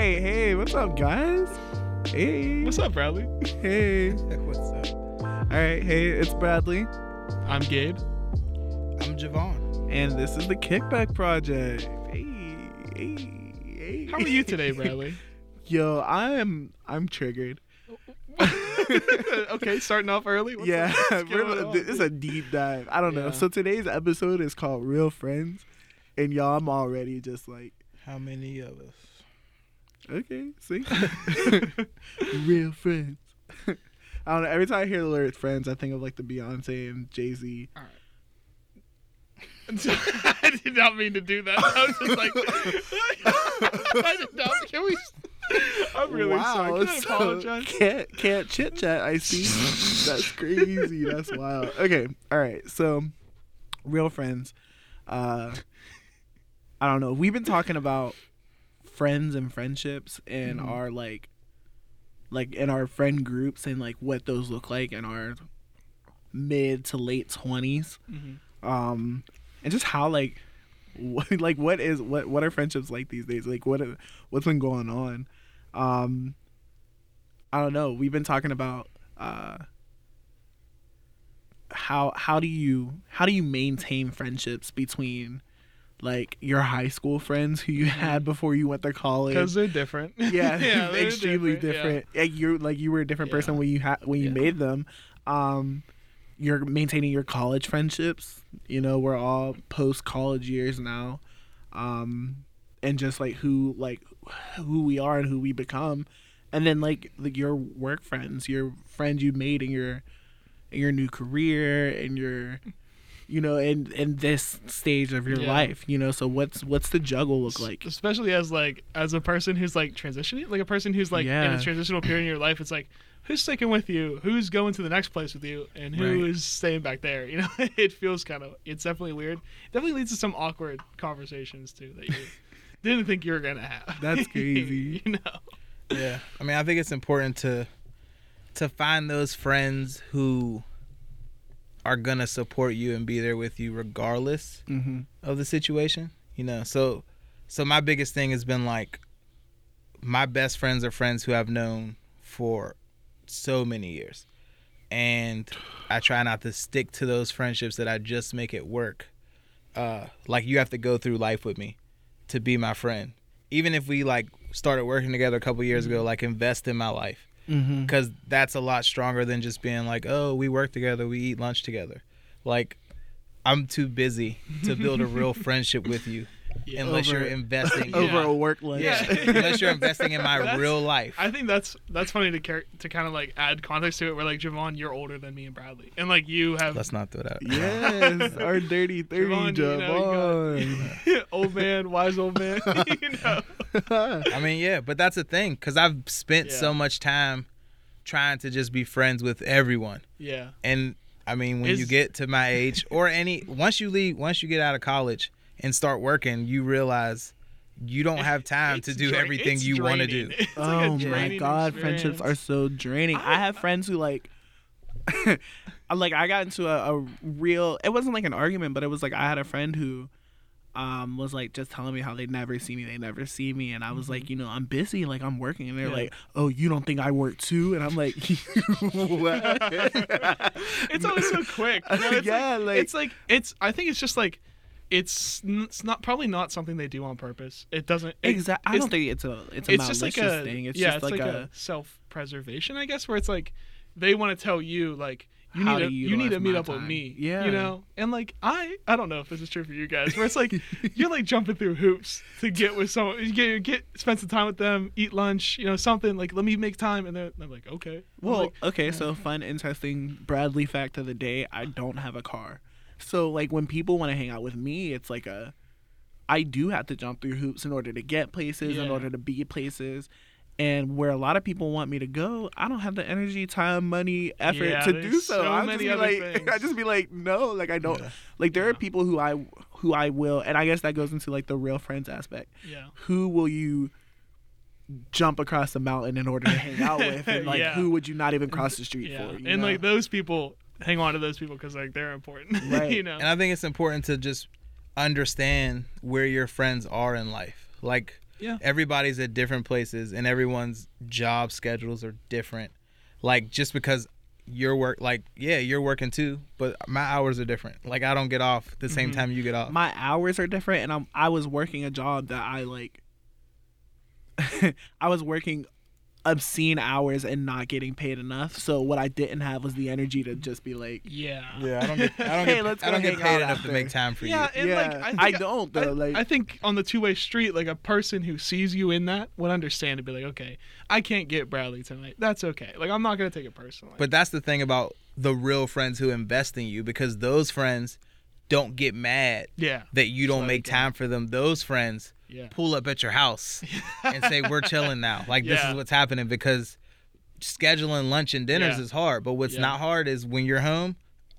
What's up, guys? Hey. What's up, Bradley? Hey. All What's up? right. Hey, it's Bradley, I'm Gabe. I'm Javon. and this is the Kickback Project. Hey. Hey. Hey. How are you today, Bradley? Yo, I'm I'm triggered. okay, starting off early. What's yeah, up? What's we're- going on? it's a deep dive. I don't know. Yeah. So today's episode is called Real Friends, and y'all, I'm already just like, How many of us? okay, see, Real Friends. I don't know. Every time I hear the word Friends, I think of like the Beyonce and Jay Z. I did not mean to do that. I was just like, I did not. Can we? I'm really sorry. Can I so apologize? Can't can't chit chat. I see. That's crazy. That's wild. Okay. All right. So, real friends. Uh, I don't know. We've been talking about friends and friendships and Mhm. our like, like in our friend groups and like what those look like in our mid to late twenties. Mhm. Um, and just how like. What, like what is what what are friendships like these days like what what's been going on um i don't know we've been talking about uh how how do you how do you maintain friendships between like your high school friends who you had before you went to Because college they're different. yeah, they're extremely yeah. different, like you like you were a different person Yeah. when you had when you Yeah. made them um you're maintaining your college friendships you know we're all post college years now um and just like who like who we are and who we become and then like, like your work friends your friends you made in your in your new career and your you know in in this stage of your Yeah. life you know so what's what's the juggle look like especially as like as a person who's like transitioning like a person who's like in Yeah. a transitional period in your life it's like who's sticking with you who's going to the next place with you and who Right. is staying back there you know it feels kind of it's definitely weird definitely leads to some awkward conversations too that you didn't think you were gonna have That's crazy. you know Yeah. I mean, I think it's important to to find those friends who are gonna support you and be there with you regardless mm-hmm. of the situation. You know, so so my biggest thing has been like my best friends are friends who I've known for so many years. And I try not to stick to those friendships that I just make it work. Uh like you have to go through life with me to be my friend. Even if we like started working together a couple years ago, like invest in my life Mm-hmm. because that's a lot stronger than just being like, oh, we work together, we eat lunch together. Like, I'm too busy to build a real friendship with you Yeah. unless Over- you're investing. Yeah. over a work lunch. yeah, Yeah. unless you're investing in my That's- real life. I think that's that's funny to car- to kind of like add context to it. Where like Javon, you're older than me and Bradley, and like you have Let's not throw that. yes, our dirty thirty Javon, you know, Javon. old man, wise old man. you know, I mean, yeah, but that's the thing because I've spent Yeah. so much time trying to just be friends with everyone. yeah. And I mean, when you Is- get to my age or any, once you leave, once you get out of college and start working, you realize you don't have time to It's do dra- everything it's you want to draining. do. It's like a oh my draining god, friendships are experience. so draining. I, I- have friends who like, I- like I got into a, a real. It wasn't like an argument, but it was like I had a friend who. Um, was like just telling me how they never see me, they never see me, and I was like, you know, I'm busy, like I'm working, and they're Mm-hmm. Yeah. like, oh, you don't think I work too? And I'm like, what? It's always so quick. You know, it's Yeah, like, like- it's like it's. I think it's just like it's. n- It's not probably not something they do on purpose. It doesn't. It, exactly. I it's- don't think it's a it's a It's malicious just like a thing. It's yeah. just it's like, a, self-preservation, I guess, where it's like they want to tell you like. You How need, to to, you need utilize to meet my up with time. me. Yeah. You know? And like I I don't know if this is true for you guys, where it's like you're like jumping through hoops to get with someone you get, get spend some time with them, eat lunch, you know, something, like let me make time and they're I'm like, okay. I'm Well, like, mm-hmm. okay, so fun, interesting Bradley fact of the day I don't have a car. So, like, when people want to hang out with me, it's like a. I do have to jump through hoops in order to get places, in Yeah. order to be places. And where a lot of people want me to go, I don't have the energy, time, money, effort Yeah, to there's do so. so I'll just many be other like, things. I just be like, no, like I don't. Yeah. Like there are people who I who I will, and I guess that goes into like the real friends aspect yeah. who will you jump across the mountain in order to hang out with and like Yeah. who would you not even cross the street Yeah, for and you know? like those people, hang on to those people because like they're important. Right. you know. And I think it's important to just understand where your friends are in life. Like Yeah. Everybody's at different places and everyone's job schedules are different. Like just because your work like yeah, you're working too, but my hours are different. Like I don't get off the same time you get off. Mm-hmm. my hours are different and I'm I was working a job that I like I was working obscene hours and not getting paid enough. So what I didn't have was the energy to just be like Yeah. yeah, I don't get I don't Hey, get, let's I don't go get hang paid out enough after. to make time for Yeah, and you. like I, Yeah, think I don't, though, I- like- I think on the two-way street, like a person who sees you in that would understand and be like, okay, I can't get Bradley tonight. That's okay. Like I'm not gonna take it personally. But that's the thing about the real friends who invest in you because those friends don't get mad yeah, that you don't Slow make it down. time for them. Those friends yeah, pull up at your house and say, We're chilling now. Like, this Yeah. is what's happening because scheduling lunch and dinners Yeah. is hard. But what's Yeah. not hard is when you're home,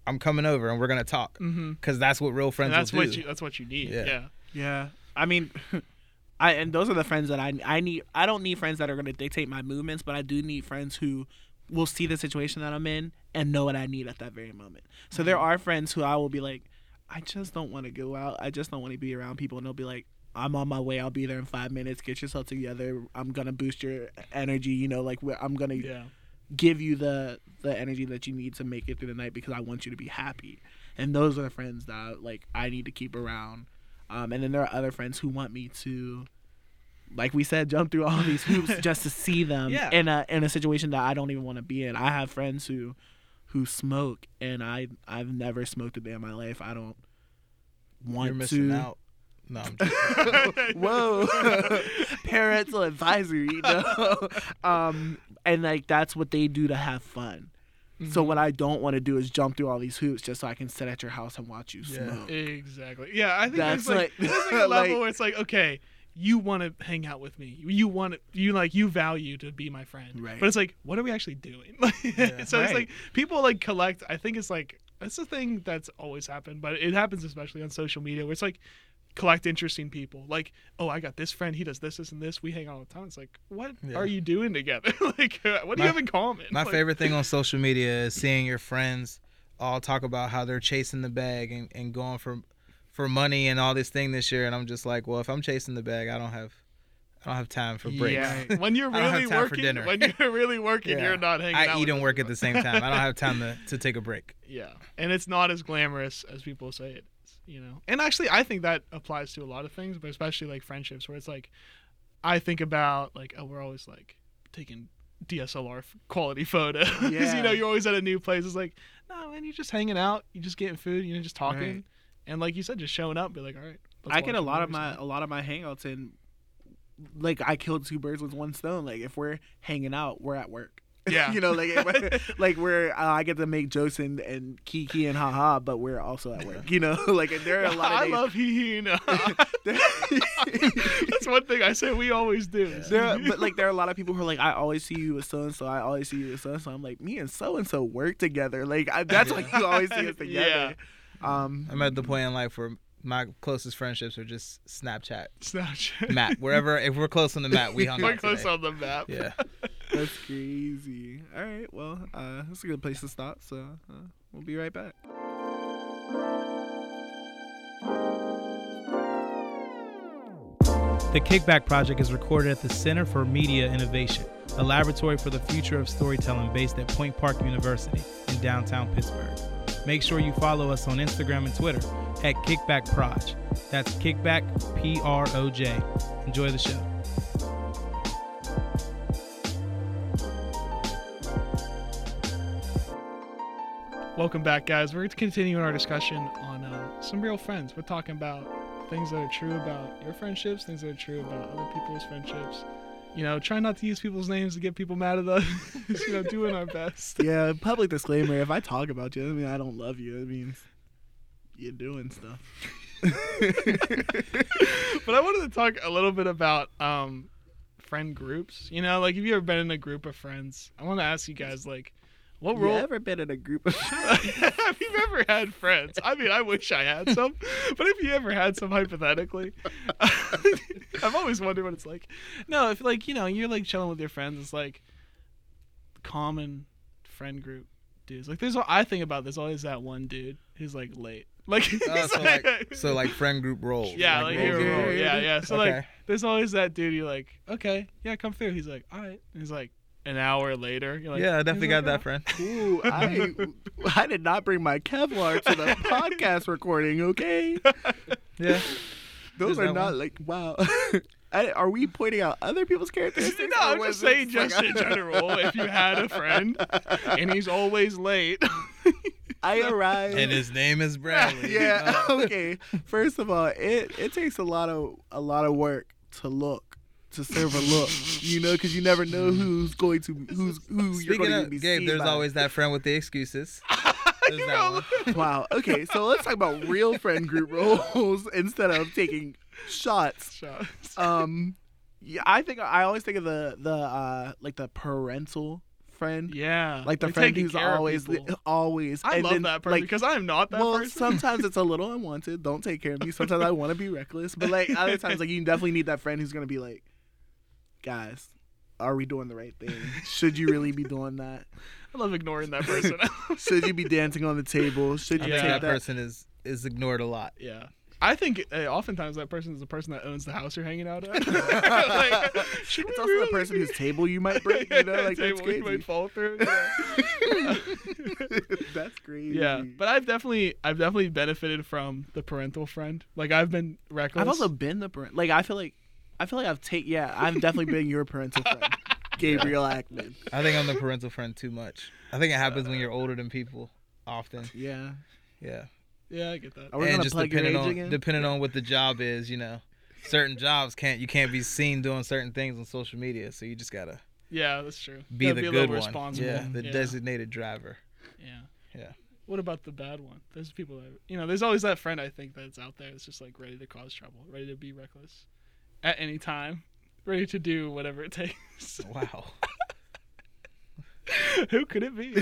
I'm coming over and we're going to talk mm-hmm. because that's what real friends And that's will what do. you. That's what you need. Yeah. Yeah. Yeah. I mean I and those are the friends that I I need I don't need friends that are gonna dictate my movements, but I do need friends who will see the situation that I'm in and know what I need at that very moment. So there are friends who I will be like, I just don't wanna go out. I just don't wanna be around people and they'll be like I'm on my way. I'll be there in five minutes. Get yourself together. I'm gonna boost your energy. You know, like where I'm gonna Yeah. give you the the energy that you need to make it through the night because I want you to be happy. And those are the friends that I, like I need to keep around. Um, and then there are other friends who want me to, like we said, jump through all these hoops just to see them Yeah. in a in a situation that I don't even want to be in. I have friends who who smoke, and I I've never smoked a day in my life. I don't want You're missing to. out. No, I'm just, Whoa, parental advisory. No, um, and like that's what they do to have fun. So what I don't want to do is jump through all these hoops just so I can sit at your house and watch you Yeah. smoke. Exactly. Yeah, I think That's there's like, like- there's like a level like- where it's like, okay, you want to hang out with me. You want to, you like you value to be my friend. Right. But it's like, what are we actually doing? Like, so it's Right. like people like collect. I think it's like that's the thing that's always happened, but it happens especially on social media where it's like collect interesting people. Like, oh, I got this friend. He does this, this, and this. We hang out all the time. It's like, what Yeah. are you doing together? like, uh, what do My- you have in common? my Like, favorite thing on social media is seeing your friends all talk about how they're chasing the bag and, and going for for money and all this thing this year and I'm just like, well, if I'm chasing the bag, I don't have I don't have time for breaks. Yeah. When you're I don't have really time for working, dinner. when you're really working, Yeah. you're not hanging out. I with eat and work at everyone. the same time. I don't have time to, to take a break. Yeah, and it's not as glamorous as people say it. is, You know, and actually, I think that applies to a lot of things, but especially like friendships, where it's like, I think about like, oh, we're always like taking DSLR f- quality photos. Yeah. you know, you're always at a new place. It's like, no, man, you're just hanging out, you're just getting food, you're just talking, Right. and like you said, just showing up, be like, all right. let's I get watch a lot of movies my now. a lot of my hangouts in, like I killed two birds with one stone. Like if we're hanging out, we're at work. Yeah. you know, like if- like we're uh, I get to make jokes and, and kiki and haha, but we're also at work. You know, like and there are a lot of I days- love he. That's one thing I say we always do. is There, are- but like there are a lot of people who are like, I always see you with so and so. I always see you with so and so. I'm like, me and so and so work together. Like I, that's like you always see us together. Um, I'm at the point in life where my closest friendships are just Snapchat, Snapchat. map, wherever. If we're close on the map, we hung We're out close today. on the map. Yeah. that's crazy. All right, well, uh, that's a good place to stop. So uh, we'll be right back. The Kickback Project is recorded at the Center for Media Innovation, a laboratory for the future of storytelling based at Point Park University in downtown Pittsburgh. Make sure you follow us on Instagram and Twitter at Kickback Proj. That's Kickback P R O J. Enjoy the show. Welcome back, guys. We're continuing our discussion on uh, some real friends. We're talking about things that are true about your friendships, things that are true about other people's friendships. You know, try not to use people's names to get people mad at us. you know, doing our best. Yeah, public disclaimer: if I talk about you, I mean I don't love you. It means you're doing stuff. but I wanted to talk a little bit about um, friend groups. You know, like if you ever been in a group of friends, I want to ask you guys like, what You role? ever been in a group of? have you ever had friends? I mean, I wish I had some, but if you ever had some, hypothetically, I've always wondered what it's like. No, if like you know, you're like chilling with your friends, it's like common friend group dudes. Like there's, I think about there's always that one dude who's like late. Like, he's Oh, so like, like so like friend group roles. yeah, like, roll, here, roll, roll. roll. yeah, yeah. So like, Okay. there's always that dude. You're like, okay, yeah, come through. He's like, all right. And he's like, an hour later. You're like, yeah, I definitely got that friend. Ooh, I, I did not bring my Kevlar to the podcast recording, okay? Yeah. Those There's are that not one. like, wow. I, are we pointing out other people's characteristics? No, or I'm was just saying, it just like- in general, if you had a friend and he's always late, I arrived. And his name is Bradley. yeah. Uh, Okay. First of all, it it takes a lot of a lot of work to look to serve a look, you know, because you never know who's going to who's who you're Speaking going to of be Gabe, seen there's by. always that friend with the excuses. There's that one. Wow. Okay, so let's talk about real friend group roles instead of taking shots. shots. Um, yeah, I think I always think of the the uh like the parental friend, yeah, like the Like friend taking who's care of always people. always. I and love then, that person like, because I'm not that well, person. sometimes it's a little unwanted. Don't take care of me. Sometimes I want to be reckless, but like other times, like you definitely need that friend who's gonna be like, guys, are we doing the right thing? Should you really be doing that? I love ignoring that person. Should you be dancing on the table? Should I you think Yeah. take that that? person is is ignored a lot. yeah. I think uh, oftentimes that person is the person that owns the house you're hanging out at. like, should we It's also the really person be- whose table you might break. You know, like that's Table you might crazy. fall through. Yeah. that's crazy. Yeah, but I've definitely, I've definitely benefited from the parental friend. Like I've been reckless. I've also been the parent. Like I feel like, I feel like I've taken. Yeah, I've definitely been your parental friend, Gabriel Ackman. I think I'm the parental friend too much. I think it happens when you're older than people often. Yeah. Yeah. yeah, I get that. Are we and gonna just plug your depending age on again? depending on what the job is, you know. Certain jobs can't you can't be seen doing certain things on social media, so you just gotta Yeah, that's true. be Gotta the a good little one. Responsible. Yeah, the yeah. designated driver. Yeah. Yeah. What about the bad one? There's people that you know. There's always that friend I think that's out there that's just like ready to cause trouble, ready to be reckless, at any time, ready to do whatever it takes. Wow. Who could it be?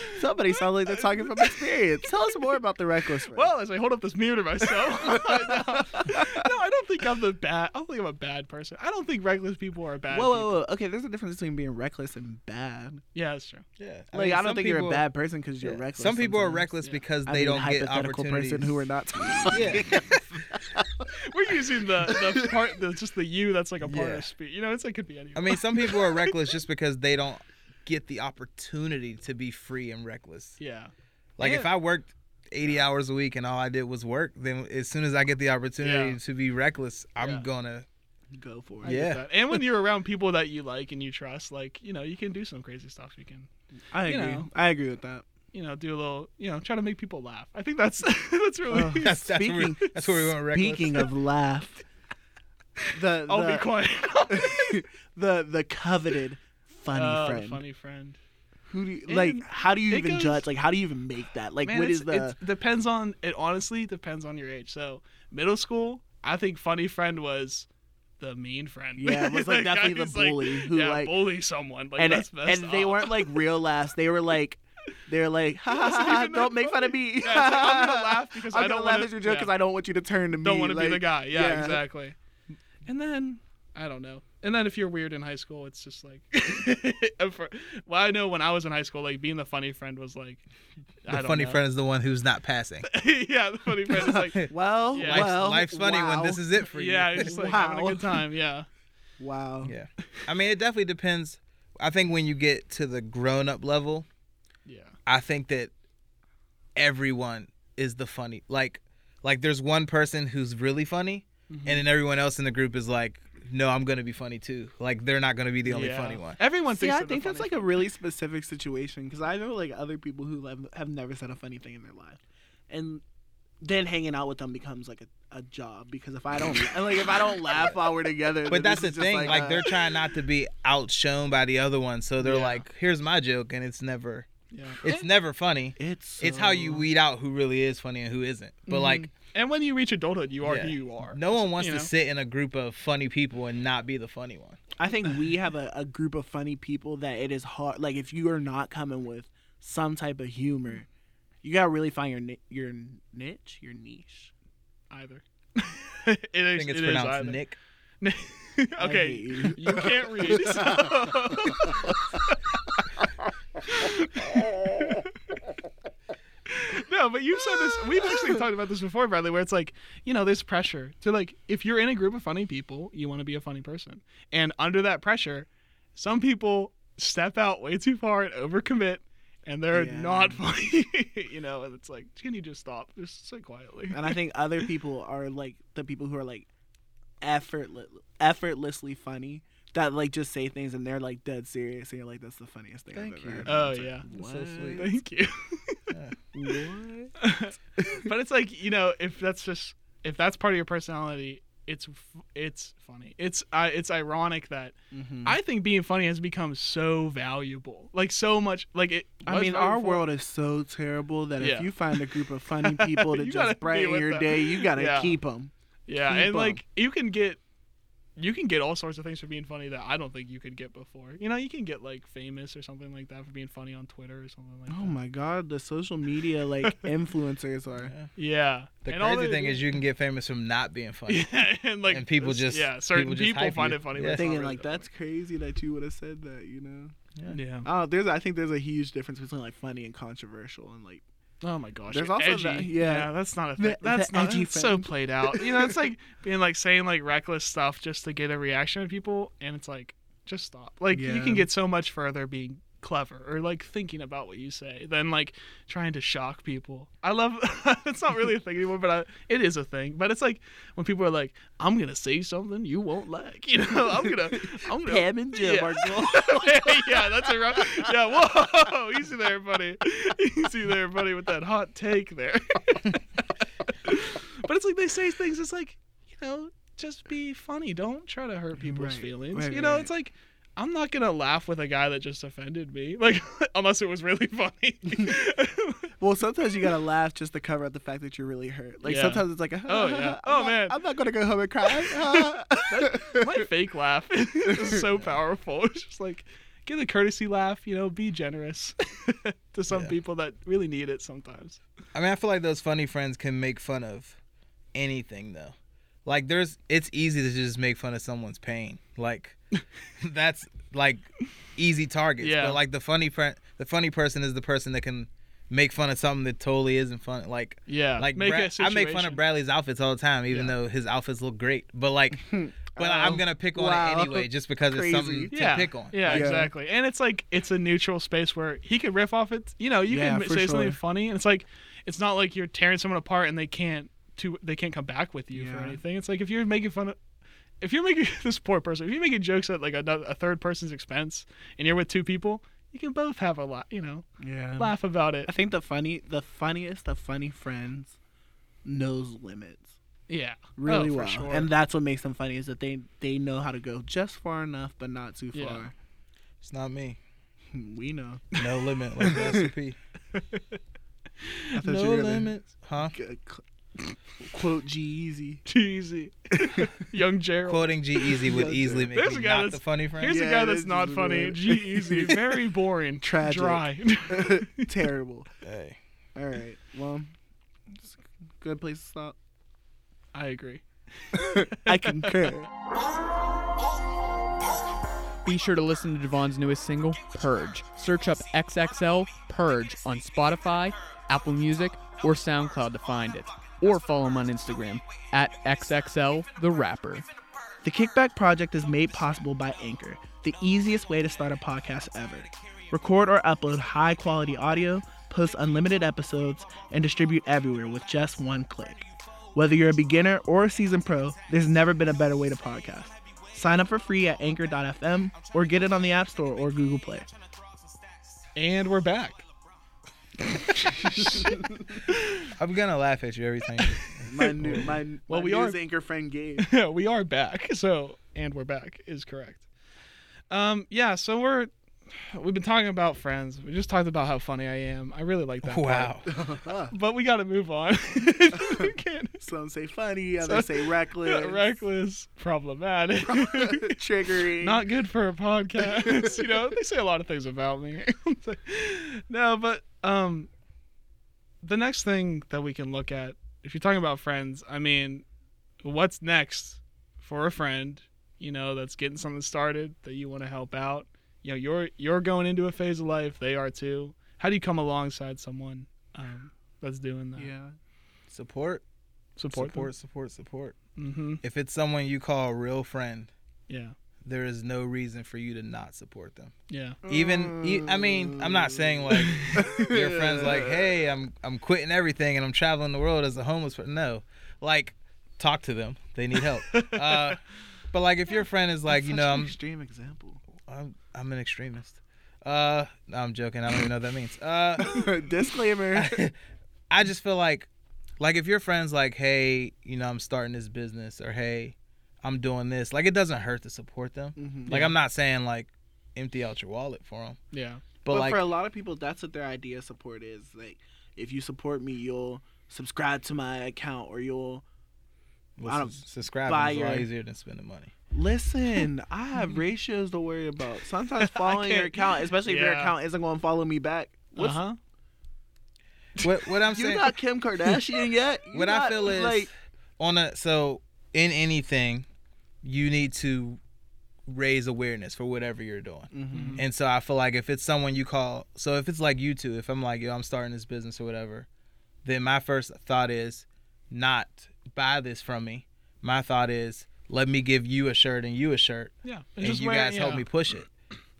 Somebody sounds like they're talking from experience. Tell us more about the reckless friend. well, as I hold up this mirror to myself, no, I don't think I'm the bad. I don't think I'm a bad person. I don't think reckless people are bad. whoa, people. whoa, whoa. Okay, there's a difference between being reckless and bad. Yeah, that's true. Yeah. Like, I, mean, don't some think you're people- a bad person because you're yeah. reckless. Some people are sometimes. reckless Yeah. because I they mean, don't get hypothetical opportunities. person who are not. yeah. We're using the the part, the, just the you that's like a part Yeah. of speech. You know, it's like could be anyone. I mean, some people are reckless just because they don't get the opportunity to be free and reckless. yeah, Like if Yeah. I worked 80 hours a week and all I did was work, then as soon as I get the opportunity Yeah. to be reckless, I'm Yeah. gonna Go for I it. Yeah. get that. And when you're around people that you like and you trust, like you know, you can do some crazy stuff. You can I You agree. know. I agree with that. you know, do a little, you know, try to make people laugh. I think that's that's really. Oh, That's- that's where we- speaking, that's where we went reckless. Speaking of laugh, the I'll be the, quiet. the the coveted funny Uh, friend. Funny friend. Who do you, And like? How do you it even goes- judge? Like, how do you even make that? Like, Man, what it's- is the? it depends on it. Honestly, depends on your age. So middle school, I think funny friend was the mean friend. Yeah, it was, like, definitely the I was, bully who, yeah, like- bully someone. Like and that's messed and they up. weren't like real laughs. They were like, they're like, ha, ha, ha, wasn't ha, even don't that make fun of me. Yeah, it's like, I'm gonna laugh because I'm I gonna don't laugh wanna- at your joke yeah. because I don't want you to turn to me. don't want to be the like, guy. Yeah, yeah. exactly. And then I don't know. And then if you're weird in high school, it's just like, And for- well, I know when I was in high school, like being the funny friend was like, I the don't funny know. friend is the one who's not passing. yeah, the funny friend is like, Well, Yeah. Life's, well, life's funny wow, when this is it for you. yeah, it's just like having a Wow. good time. Yeah, wow. yeah. I mean, it definitely depends. I think when you get to the grown up level, yeah, I think that everyone is the funny. Like, like there's one person who's really funny, Mm-hmm. and then everyone else in the group is like, "No, I'm gonna be funny too." Like, they're not gonna be the only Yeah. funny one. Everyone See, thinks. I they're the think that's funny like a really specific situation because I know like other people who have, have never said a funny thing in their life, and then hanging out with them becomes like a, a job because if I don't like if I don't laugh while we're together, then But that's the this is just uh, thing. Like, a- they're trying not to be outshone by the other one, so they're Yeah. like, "Here's my joke," and it's never, friend. Yeah. it's never funny. it's It's how you so- weed out who really is funny and who isn't. But like, And when you reach adulthood, you are Yeah. who you are. no one wants Mm-hmm. you to know? sit in a group of funny people and not be the funny one. I think we have a, a group of funny people that it is hard. Like if you are not coming with some type of humor, you gotta really find your ni- your niche, your niche. either. it I is, think it's it is pronounced either. Nick. I okay, hate you. you can't read. so- no, but you said this. We've actually talked about this before, Bradley, where it's like, you know, there's pressure to like, if you're in a group of funny people, you want to be a funny person, and under that pressure, some people step out way too far and overcommit, and they're Yeah. not funny. you know, and it's like, can you just stop? Just say quietly. and I think other people are like the people who are like effortless, effortlessly funny that like just say things and they're like dead serious and you're like that's the funniest thing Thank I've you. ever heard. Oh It's like, yeah. What? So sweet. Thank you. What? but it's like you know if that's just if that's part of your personality it's f- it's funny it's uh, it's ironic that Mm. Mhm. i think being funny has become so valuable like so much like it I was mean, our valuable- world is so terrible that Yeah. if you find a group of funny people to You gotta be just brighten with your them. day, you gotta Yeah. keep 'em. keep them. yeah keep and 'em. like you can get you can get all sorts of things for being funny that i don't think you could get before you know you can get like famous or something like that for being funny on twitter or something like Oh that my god, the social media like influencers are. yeah The And all crazy the- thing is you can get famous from not being funny. yeah and like and people it's- just- yeah certain people people, just hype find you. it funny Yeah. but it's not Thinking really like that that's crazy that you would have said that, you know. funny. yeah Oh, there's I think there's a huge difference between like funny and controversial and like Oh my gosh. There's you're also edgy. that- yeah. that's not a The- thing. That's the not edgy that's so friend. played out. You know, it's like being like saying like reckless stuff just to get a reaction from people and it's like just stop. Like you Yeah. can get so much further being clever or like thinking about what you say than like trying to shock people. I love it's not really a thing anymore, but I, it is a thing. But it's like when people are like, I'm gonna say something you won't like. You know, I'm gonna I'm gonna Pam and Jim yeah. are going. yeah, that's a rough. Yeah, whoa, easy there, buddy. Easy there, buddy, with that hot take there. but it's like they say things. It's like you know, just be funny. Don't try to hurt people's Right, feelings. right, you know, right. it's like. I'm not gonna laugh with a guy that just offended me, like unless it was really funny. Well, sometimes you gotta laugh just to cover up the fact that you're really hurt. Like Yeah. sometimes it's like, "Ah, Oh, yeah. I'm Oh, not- man. I'm not gonna go home and cry. My fake laugh is so powerful. It's just like get a courtesy laugh. You know, be generous to some Yeah. people that really need it sometimes. I mean, I feel like those funny friends can make fun of anything though. Like there's it's easy to just make fun of someone's pain. Like that's like easy targets. Yeah. But like the funny friend the funny person is the person that can make fun of something that totally isn't fun. Like Yeah, like Brad- I make fun of Bradley's outfits all the time, even Yeah. Oh, though his outfits look great. But like but I'm gonna pick on wow. it anyway just because Crazy. it's something yeah, to pick on. Yeah, Yeah. exactly. And it's like it's a neutral space where he can riff off it. You know, you Yeah, can for say something sure. funny, and it's like it's not like you're tearing someone apart and they can't to they can't come back with you for Yeah. anything. It's like if you're making fun of. If you're making this poor person, if you're making jokes at like another, a third person's expense, and you're with two people, you can both have a lot, you know, yeah. laugh about it. I think the funny, the funniest of funny friends knows limits Yeah, really oh, for well, sure. and that's what makes them funny is that they they know how to go just far enough, but not too Yeah. far. It's not me. We know. No limit like the recipe. I thought no you were gonna limits. Huh? g- c- Quote G Easy. cheesy, young Gerald. Quoting G Easy would Yeah, easily make There's a me guy not the that's- funny friend. Here's a Yeah, guy that's that's not just funny. weird. G easy, very boring, Tragic. dry. Terrible. Hey. All right. Well, it's a good place to stop. I agree. I concur. Be sure to listen to Devon's newest single, Purge. Search up XXL Purge on Spotify, Apple Music, or SoundCloud to find it. Or follow him on Instagram at XXL The Rapper. The Kickback Project is made possible by Anchor, the easiest way to start a podcast ever. Record or upload high quality audio, post unlimited episodes, and distribute everywhere with just one click. Whether you're a beginner or a seasoned pro, there's never been a better way to podcast. Sign up for free at anchor.fm or get it on the App Store or Google Play. And we're back. I'm gonna laugh at you every time. you- My new, my, Well, my we news are- anchor friend Gabe. we are back. So, and we're back is correct. Um, yeah. So we're we've been talking about friends. We just talked about how funny I am. I really like that. part. wow. But we got to move on. we can't. Some say funny, others say reckless, Reckless, problematic, triggering. not good for a podcast. you know, they say a lot of things about me. no, but um, the next thing that we can look at, if you're talking about friends, I mean, what's next for a friend? You know, that's getting something started that you want to help out. You know, you're you're going into a phase of life. They are too. How do you come alongside someone um, that's doing that. Yeah. Support, Support, support, support. support, support, Mm-hmm. If it's someone you call a real friend, Yeah. there is no reason for you to not support them. Yeah. Even, e- I mean, I'm not saying like your friends like, hey, I'm I'm quitting everything and I'm traveling the world as a homeless person. No, like, talk to them. They need help. uh, but like, if your friend is like, you know, I'm extreme example. I'm, I'm an extremist. Uh, no, I'm joking. I don't even know what that means. Uh. Disclaimer. I just feel like, like if your friends like, hey, you know, I'm starting this business, or hey, I'm doing this, like it doesn't hurt to support them. Mm-hmm. Mhm. Like I'm not saying like empty out your wallet for them, Yeah. but, But, like for a lot of people, that's what their idea of support is. Like, if you support me, you'll subscribe to my account or you'll well, I don't- sus- subscribing buy is a lot your- easier than spending money. listen. I have ratios to worry about. Sometimes following your Mm-hmm. can't- account, especially if your Yeah. account isn't going to follow me back. Uh What's, huh. What what I'm You saying, not Kim Kardashian yet? You what I not, feel is like on a so in anything, you need to raise awareness for whatever you're doing. Mm-hmm. Mhm. And so I feel like if it's someone you call, so if it's like you two, if I'm like, yo, I'm starting this business or whatever, then my first thought is not buy this from me. My thought is let me give you a shirt and you a shirt, Yeah. and, just you wear- guys help yeah. me push it.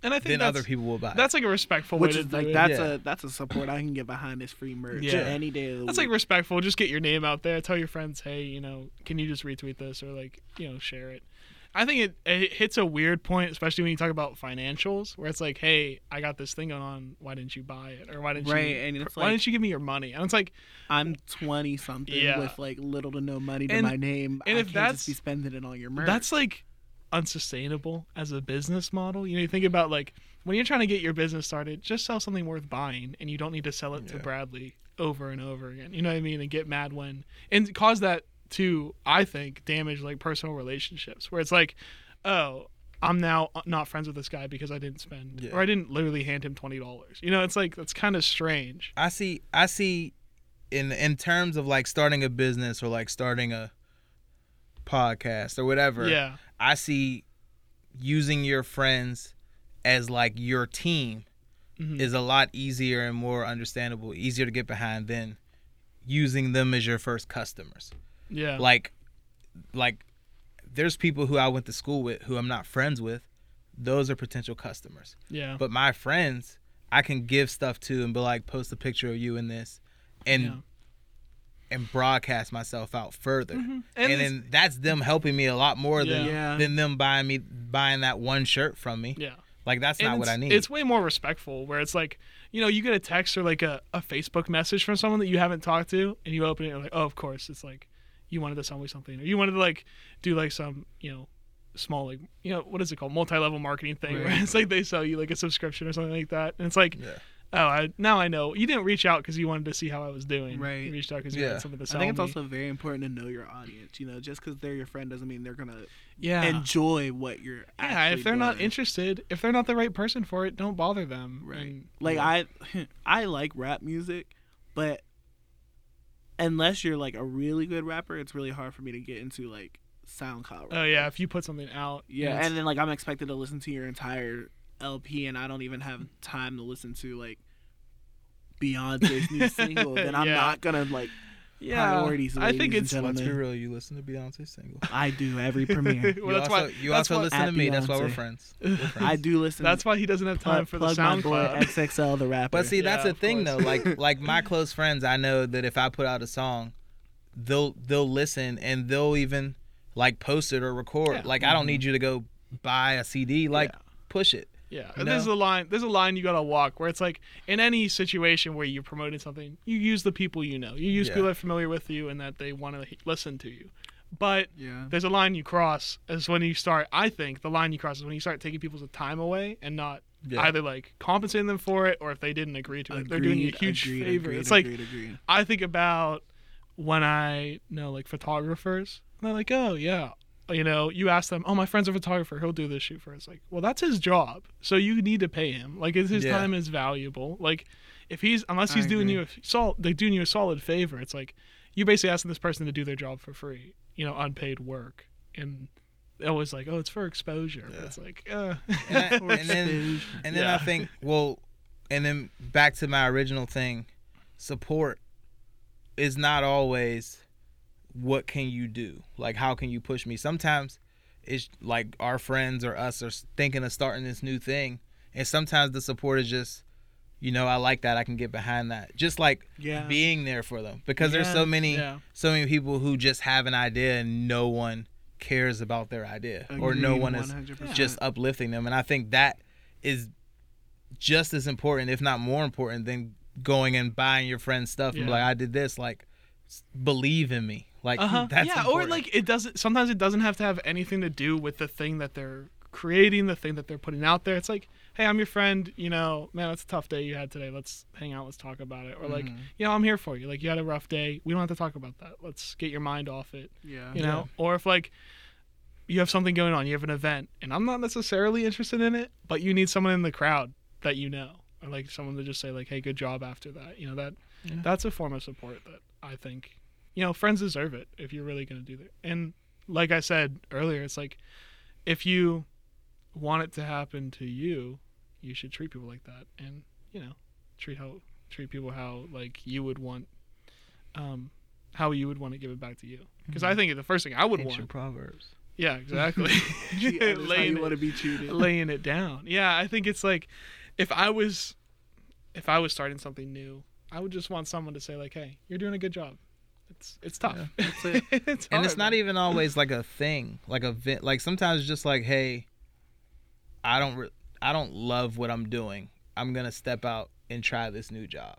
And I think Then that's, other people will buy. that's like a respectful which way is to like do it. that's Yeah. a that's a support I can get behind this free merch Yeah. any day of the That's week. like respectful. Just get your name out there. Tell your friends, hey, you know, can you just retweet this or like, you know, share it. I think it, it hits a weird point, especially when you talk about financials, where it's like, hey, I got this thing going on. Why didn't you buy it? Or why didn't Right, you? and it's why like- didn't you give me your money? And it's like, I'm 20 something Yeah. with like little to no money to And- my name. and I if can't that's- just be spending it on your merch. that's like unsustainable as a business model. You know, you think about like when you're trying to get your business started, just sell something worth buying and you don't need to sell it to Yeah. Bradley over and over again. You know what I mean? And get mad when and cause that to, I think, damage like personal relationships where it's like, oh, I'm now not friends with this guy because I didn't spend Yeah. or I didn't literally hand him twenty dollars. You know, it's like that's kind of strange. I see. I see. In in terms of like starting a business or like starting a podcast or whatever. Yeah. I see using your friends as like your team Mhm. is a lot easier and more understandable, easier to get behind than using them as your first customers. Yeah. Like like there's people who I went to school with who I'm not friends with. Those are potential customers. yeah. But my friends, I can give stuff to and be like post a picture of you in this and Yeah. and broadcast myself out further. And, Mm-hmm. it's- then that's them helping me a lot more than Yeah. Yeah. than them buying me buying that one shirt from me. yeah. Like that's not And what I it's- need. It's way more respectful where it's like, you know, you get a text or like a, a Facebook message from someone that you haven't talked to and you open it and you're like, oh, of course. It's like, you wanted to sell me something or you wanted to like do like some, you know, small, like, you know, what is it called? Multi level marketing thing where it's like they sell you like a subscription or something like that. And it's like, Yeah. oh, I, now I know. You didn't reach out because you wanted to see how I was doing. Right. You reached out because you Yeah. had something to I sell. think it's me. also very important to know your audience. You know, just because they're your friend doesn't mean they're gonna yeah. enjoy what you're. yeah, actually if they're not doing. interested, if they're not the right person for it, don't bother them. Right. And- Like I, I like rap music, but unless you're like a really good rapper, it's really hard for me to get into like SoundCloud. oh, yeah. If you put something out. yeah, it's- and then like I'm expected to listen to your entire LP, and I don't even have time to listen to like Beyonce's new single. Then I'm Yeah. not gonna like. yeah, priorities, I think ladies and it's gentlemen. Let's be real. You listen to Beyonce single. I do every premiere. well, you that's also, why you that's also why, listen to At me. That's why we're Beyonce. friends. We're friends. I do listen. that's why he doesn't have time for the plug my boy SoundCloud. XXL the rapper. But see, that's Yeah, the of thing course. though. Like like my close friends, I know that if I put out a song, they'll they'll listen and they'll even like post it or record. Yeah. Like I don't Mm-hmm. need you to go buy a CD. Like push it. Yeah, You there's know? a line. There's a line you gotta walk where it's like in any situation where you're promoting something, you use the people you know. You use Yeah. people that are familiar with you and that they want to listen to you. But yeah. there's a line you cross is when you start. I think the line you cross is when you start taking people's time away and not Yeah. either like compensating them for it or if they didn't agree to it, they're doing you a Agreed, huge agreed, favor. agreed, it's like agreed, agreed. I think about when I know like photographers, and they're like, oh yeah, you know, you ask them, oh my friend's a photographer, he'll do this shoot for us. Like, well, that's his job, so you need to pay him. Like, his his Yeah. time is valuable. Like, if he's unless I he's doing agree. you a sol- like doing you a solid favor, it's like you're basically asking this person to do their job for free, you know, unpaid work, and they're always like, oh, it's for exposure. Yeah. It's like, uh, And, I, and then and then Yeah. I think well, and then back to my original thing, support is not always what can you do? Like how can you push me? Sometimes it's like our friends or us are thinking of starting this new thing and sometimes the support is just you know, I like that. I can get behind that. Just like Yeah. being there for them because there's Yeah, so many yeah. so many people who just have an idea and no one cares about their idea or no Agreed, one is 100%. just uplifting them and I think that is just as important if not more important than going and buying your friend's stuff and be Yeah. like I did this like s- believe in me like Uh-huh. that's yeah, or important. like it doesn't. Sometimes it doesn't have to have anything to do with the thing that they're creating, the thing that they're putting out there. It's like, hey, I'm your friend. You know, man, it's a tough day you had today. Let's hang out. Let's talk about it. Or like, Mm-hmm. you know, I'm here for you. Like you had a rough day. We don't have to talk about that. Let's get your mind off it. yeah. You know, or if like you have something going on, you have an event, and I'm not necessarily interested in it, but you need someone in the crowd that you know, or like someone to just say like, "Hey, good job after that." You know that that's a form of support that I think you know friends deserve it if you're really gonna do that. And like I said earlier, it's like if you want it to happen to you, you should treat people like that, and you know treat how treat people how like you would want um how you would want to give it back to you because Mm-hmm. i think the first thing i would Ancient want proverbs. yeah exactly Cheat others how Laying you it- want to be cheated. laying it down. Yeah, I think it's like if I was if I was starting something new, I would just want someone to say like, "Hey, you're doing a good job." It's it's tough. That's it. it's and it's hard. not e- even always like a thing like a vent like sometimes it's just like hey i don't re- i don't love what i'm doing i'm gonna step out and try this new job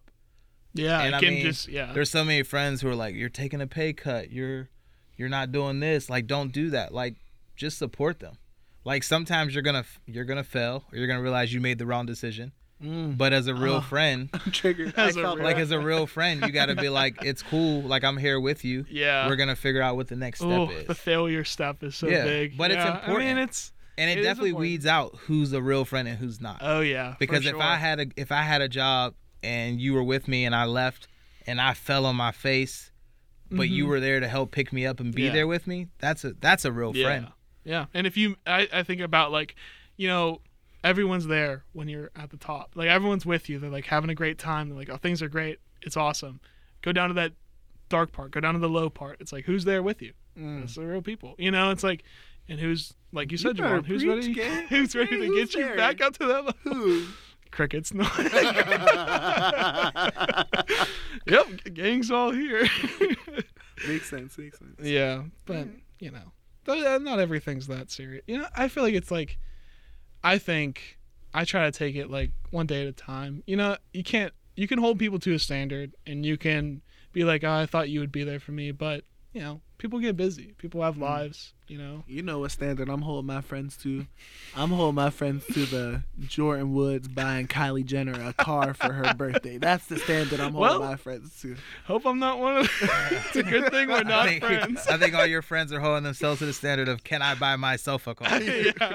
yeah. and it i can mean just yeah. there's so many friends who are like you're taking a pay cut you're you're not doing this like don't do that like just support them like sometimes you're gonna you're gonna fail or you're gonna realize you made the wrong decision but as a real Oh. friend Triggered. As a I felt real- like as a real friend you gotta be like it's cool like i'm here with you Yeah. we're gonna figure out what the next step Ooh, is the failure step is so Yeah, big. but it's Yeah, I mean, important. it's and it, It is definitely important. weeds out who's a real friend and who's not. oh yeah. for because if sure. I had a if I had a job and you were with me and I left and I fell on my face, but Mm-hmm. you were there to help pick me up and be Yeah. there with me, that's a that's a real Mm-hmm. yeah. friend. Yeah. And if you I, I think about like, you know, everyone's there when you're at the top. Like everyone's with you. They're like having a great time. They're like, Oh, things are great. It's awesome. Go down to that dark part, go down to the low part. It's like who's there with you? Hmm. mm. It's the real people. You know, it's like and who's like you said, better Javon, who's ready preach, gang. who's ready to Who's get you there? back up to that level? Crickets no Yep, gang's all here. makes sense. Makes sense. Yeah, but Mm-hmm. you know, th- uh, not everything's that serious. You know, I feel like it's like, I think I try to take it like one day at a time. You know, you can't. You can hold people to a standard, and you can be like, "Oh, I thought you would be there for me," but you know, people get busy. People have lives. You know. You know what standard I'm holding my friends to. I'm holding my friends to the Jordan Woods buying Kylie Jenner a car for her birthday. That's the standard I'm holding Well- my friends to. Hope I'm not one of. it's a good thing we're I not think, friends. I think all your friends are holding themselves to the standard of can I buy myself a car? yeah.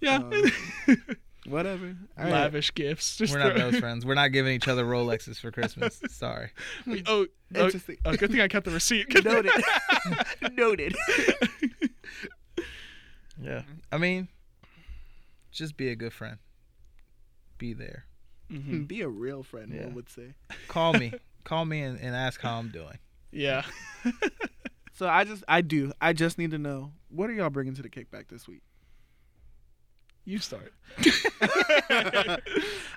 Yeah. Um, Whatever. All right. Lavish gifts. Just We're not throw- those friends. We're not giving each other Rolexes for Christmas. Sorry. Oh, oh, Interesting. oh, good thing I kept the receipt. Noted. Noted. Yeah. I mean, just be a good friend. Be there. Mhm. Be a real friend, Yeah. one would say. Call me. Call me and, and ask how I'm doing. Yeah. So I just, I do. I just need to know what are y'all bringing to the kickback this week? You start.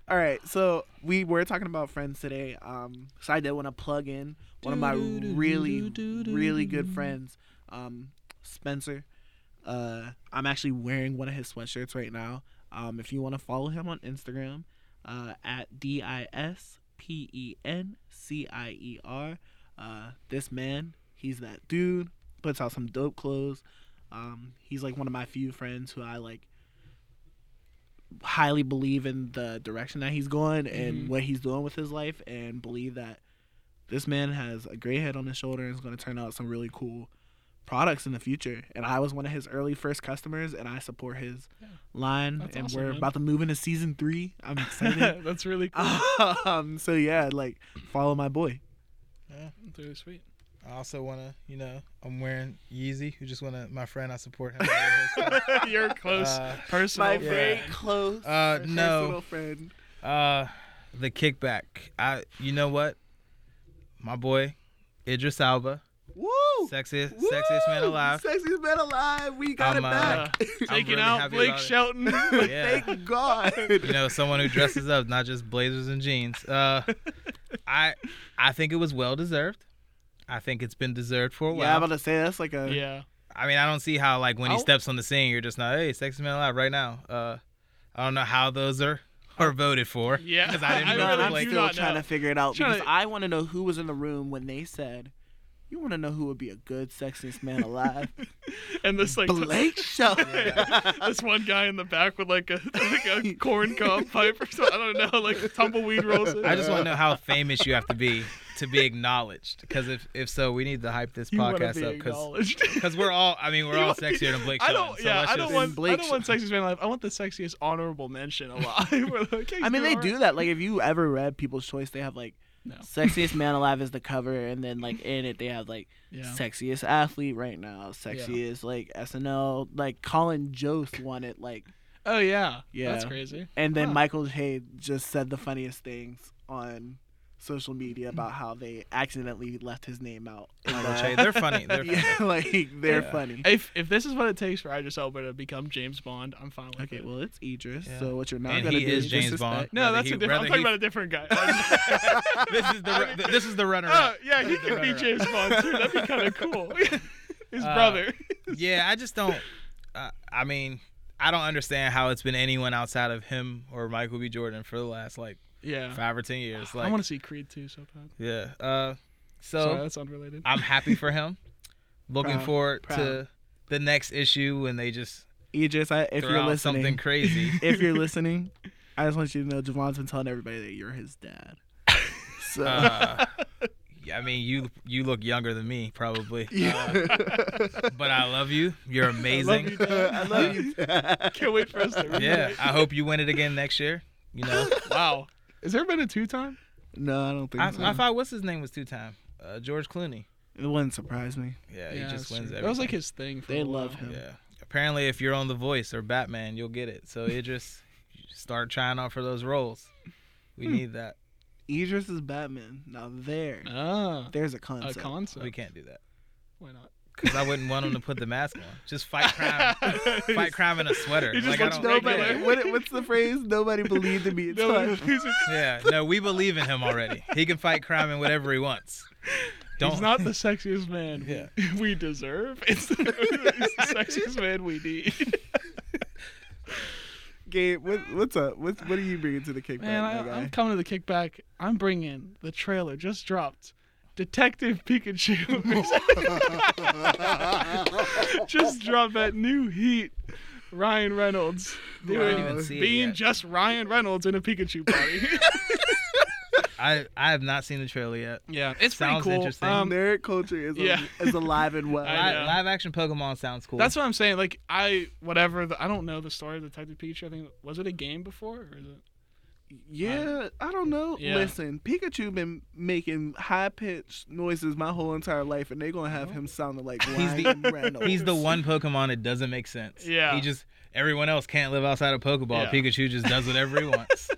All right, so we were talking about friends today. Um, so I did want to plug in one of my really, really good friends, um, Spencer. Uh, I'm actually wearing one of his sweatshirts right now. Um, if you want to follow him on Instagram, uh, at d i s p e n c i e r. Uh, this man, he's that dude. Puts out some dope clothes. Um, he's like one of my few friends who I like highly believe in the direction that he's going Mm-hmm. and what he's doing with his life and believe that this man has a great head on his shoulder and is going to turn out some really cool products in the future and i was one of his early first customers and i support his line That's and awesome, we're man. about to move into season three i'm excited That's really cool. um so yeah like follow my boy That's really sweet. I also want to, you know, I'm wearing Yeezy. Who just want to, my friend, I support him. You're a close Uh, personal my friend. very close Uh, no. friend uh, the kickback. I, you know what? my boy Idris Alba, Woo! sexiest Woo! sexiest man alive. Sexiest man alive. We got I'm, it Uh, back. taking really out happy Blake about it. Shelton. Yeah. Thank God. you know, someone who dresses up, not just blazers and jeans. Uh, I I think it was well deserved. I think it's been deserved for a yeah, I'm while. about to say that's like a. yeah. I mean, I don't see how like when I'll- he steps on the scene, you're just not, hey, sexiest man alive right now. Uh, I don't know how those are are voted for. Yeah. because I I didn't No, vote really for I'm do Blake. still not trying know. to figure it out Tryna- because I want to know who was in the room when they said, "You want to know who would be a good sexiest man alive?" And this like Blake Shelton. this one guy in the back with like a like a corn cob pipe or something. I don't know, like tumbleweed rolls in. I just want to know how famous you have to be to be acknowledged. Because if if so, we need to hype this you wanna podcast be up because acknowledged. because we're all I mean we're You all want- sexier than Blake. I Shelton, don't. so yeah, let's I don't just- want. Blake I don't want Shelton. sexiest man alive. I want the sexiest honorable mention alive. We're like, hey, I mean, you they are- do that. Like, if you ever read People's Choice, they have like No. "Sexiest Man Alive" is the cover, and then like in it they have like Yeah. "Sexiest Athlete Right Now," "Sexiest Like SNL," like Colin Jost won it, like, Oh yeah. Yeah. That's crazy. and then Huh. Michael Jade just said the funniest things on social media about how they accidentally left his name out. Michael Che, They're funny. They're funny. yeah, like they're funny. If if this is what it takes for Idris Elba to become James Bond, I'm fine with it. Okay, well it's Idris. Yeah. So what you're not And gonna he do is is James disrespect- Bond. no, whether that's he- a different. I'm whether talking he- about a different guy. this is the ru- this is the runner oh up. yeah, he could be James Bond too. That'd be kind of cool. His Uh, brother. Yeah, I just don't. Uh, I mean, I don't understand how it's been anyone outside of him or Michael B. Jordan for the last like Yeah. five or ten years. I Like, want to see Creed too so bad. yeah. Uh, so Sorry, that's unrelated. I'm happy for him. Looking Proud, forward to proud. the next issue when they just Idris, I, if throw you're out listening, something crazy. if you're listening, I just want you to know Javon's been telling everybody that you're his dad. So Uh, yeah, I mean, you you look younger than me probably. yeah. Uh, but I love you. You're amazing. you, Dad. I love you. Can't wait for us to. Yeah, I hope you win it again next year. You know, Wow. Has there been a two time? No, I don't think I, so. I thought what's his name was two time uh, George Clooney. it wouldn't surprise me. Yeah, he just that's wins true. everything. That was like his thing. For They a while. love him. yeah. Apparently, if you're on The Voice or Batman, you'll get it. So it just you start trying out for those roles. We need that. Idris is Batman. Now there, Uh, Ah, there's a a concept. concept. We can't do that Why not? because I wouldn't want him to put the mask on. Just fight crime, fight crime in a sweater. He just Like, I looks don't, Nobody, regular. yeah. what, what's the phrase? Nobody believed in me. It's No, fine. he's, yeah, no, we believe in him already. He can fight crime in whatever he wants. Don't. he's not the sexiest man Yeah. we, we deserve. It's the, he's the sexiest man we need. Gabe, what, what's up? What, what are you bringing to the kickback, Man, my I, guy? I'm coming to the kickback. I'm bringing the trailer just dropped. Detective Pikachu just dropped that new heat. Ryan Reynolds I doing- don't even see it being yet. just Ryan Reynolds in a Pikachu body. I I have not seen the trailer yet. yeah, it's Sounds pretty cool. interesting. Um, Nerd culture is al- yeah. is alive and well. I Li- know. live action Pokemon sounds cool. That's what I'm saying. Like I, whatever. The, I don't know the story of Detective Pikachu. I think was it a game before, or is it? Yeah, I don't know. Yeah. Listen, Pikachu been making high pitched noises my whole entire life, and they gonna have him sounding like He's the- Ryan Reynolds. He's the one Pokemon that doesn't make sense. Yeah. He just everyone else can't live outside of Pokeball. Yeah. Pikachu just does whatever he wants.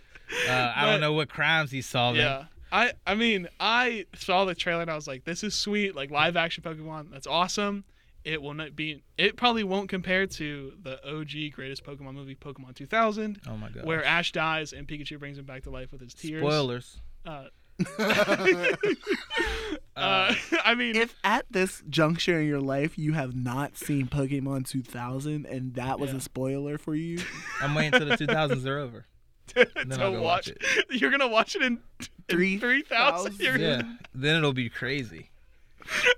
Uh, I But- don't know what crimes he's solving. Yeah. I, I mean, I saw the trailer and I was like, this is sweet. Like live action Pokemon, that's awesome. It will not be. It probably won't compare to the OG greatest Pokemon movie, Pokemon 2000, Oh my god. where Ash dies and Pikachu brings him back to life with his tears. Spoilers. Uh, uh, Uh, I mean, If at this juncture in your life you have not seen Pokemon 2000 and that was Yeah. a spoiler for you, I'm waiting till the 2000s are over. to I'll go watch, watch it. you're gonna watch it in in 3,000. 3,000. You're Yeah. Then it'll be crazy.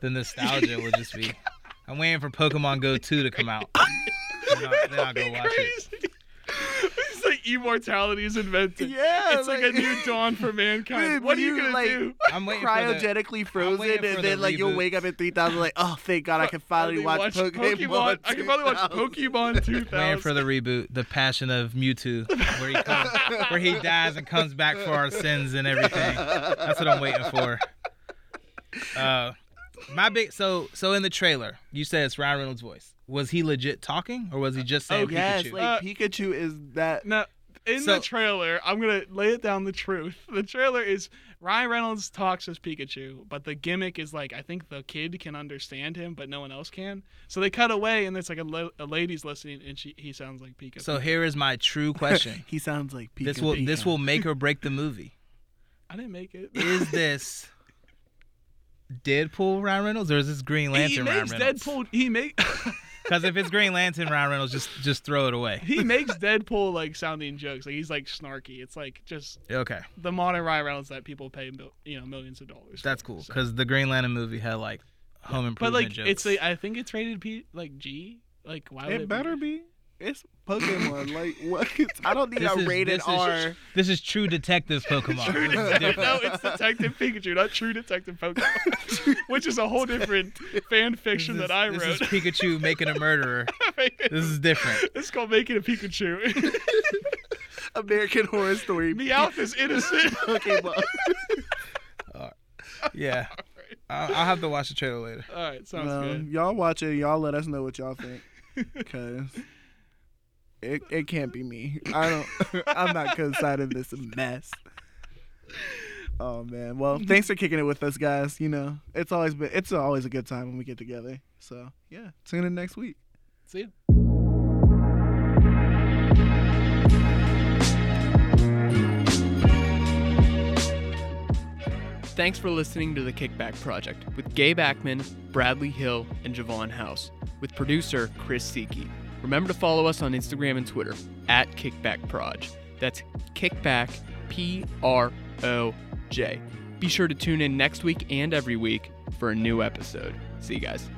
The nostalgia will just be. I'm waiting for Pokemon Go 2 to come out. Then I'll, then I'll go watch it. crazy. it's like immortality is invented. Yeah, it's like, a like- new dawn for mankind. Dude, what are you you, gonna like- do? I'm waiting for the, cryogenically frozen, waiting and for then the like you'll reboot. wake up at 3000 like, oh, thank God I can finally Finally watch, Pokemon. Pokemon. I can finally watch 2000. Pokemon 2000. waiting for the reboot, The Passion of Mewtwo, where he comes, where he dies and comes back for our sins and everything. That's what I'm waiting for. Uh, my big so so in the trailer, you said it's Ryan Reynolds' voice. Was he legit talking, or was he just saying Oh, Yes, Pikachu? like Uh, Pikachu is that no, in So- the trailer, I'm gonna lay it down the truth. The trailer is Ryan Reynolds talks as Pikachu, but the gimmick is like I think the kid can understand him, but no one else can. So they cut away, and it's like a, la- a lady's listening, and she he sounds like Pikachu. So here is my true question. He sounds like Pika this will this Pika. will make or break the movie. I didn't make it. Is this Deadpool Ryan Reynolds or is this Green he Lantern Ryan makes Reynolds? Deadpool. He make Because if it's Green Lantern Ryan Reynolds, just just throw it away. he makes Deadpool like sounding jokes. Like he's like snarky. It's like just Okay, the modern Ryan Reynolds that people pay mil- you know millions of dollars. that's for, cool. so. Because the Green Lantern movie had like home But improvement like jokes. it's like I think it's rated P like G. Like why would it, It better be. It's Pokemon. like what? I don't need This a is- rated this is- R. this is True Detective Pokemon. True This is Detective. different. No, it's Detective Pikachu, not True Detective Pokemon, which is a whole different fan fiction This that I is- wrote. This is Pikachu making a murderer. This is different. It's called Making a Pikachu. American Horror Story. Meowth is innocent. Pokemon. Yeah, I'll, I'll have to watch the trailer later. All right, sounds Um, y'all watch it. Y'all let us know what y'all think, cause it it can't be me. I don't. I'm not co-signing this mess. Oh man. Well, thanks for kicking it with us, guys. You know, it's always been it's always a good time when we get together. So yeah, tune in next week. good. See ya. Thanks for listening to The Kickback Project with Gabe Ackman, Bradley Hill, and Javon House, with producer Chris Seeke. Remember to follow us on Instagram and Twitter at KickbackProj. That's Kickback P R O J. Be sure to tune in next week and every week for a new episode. See you guys.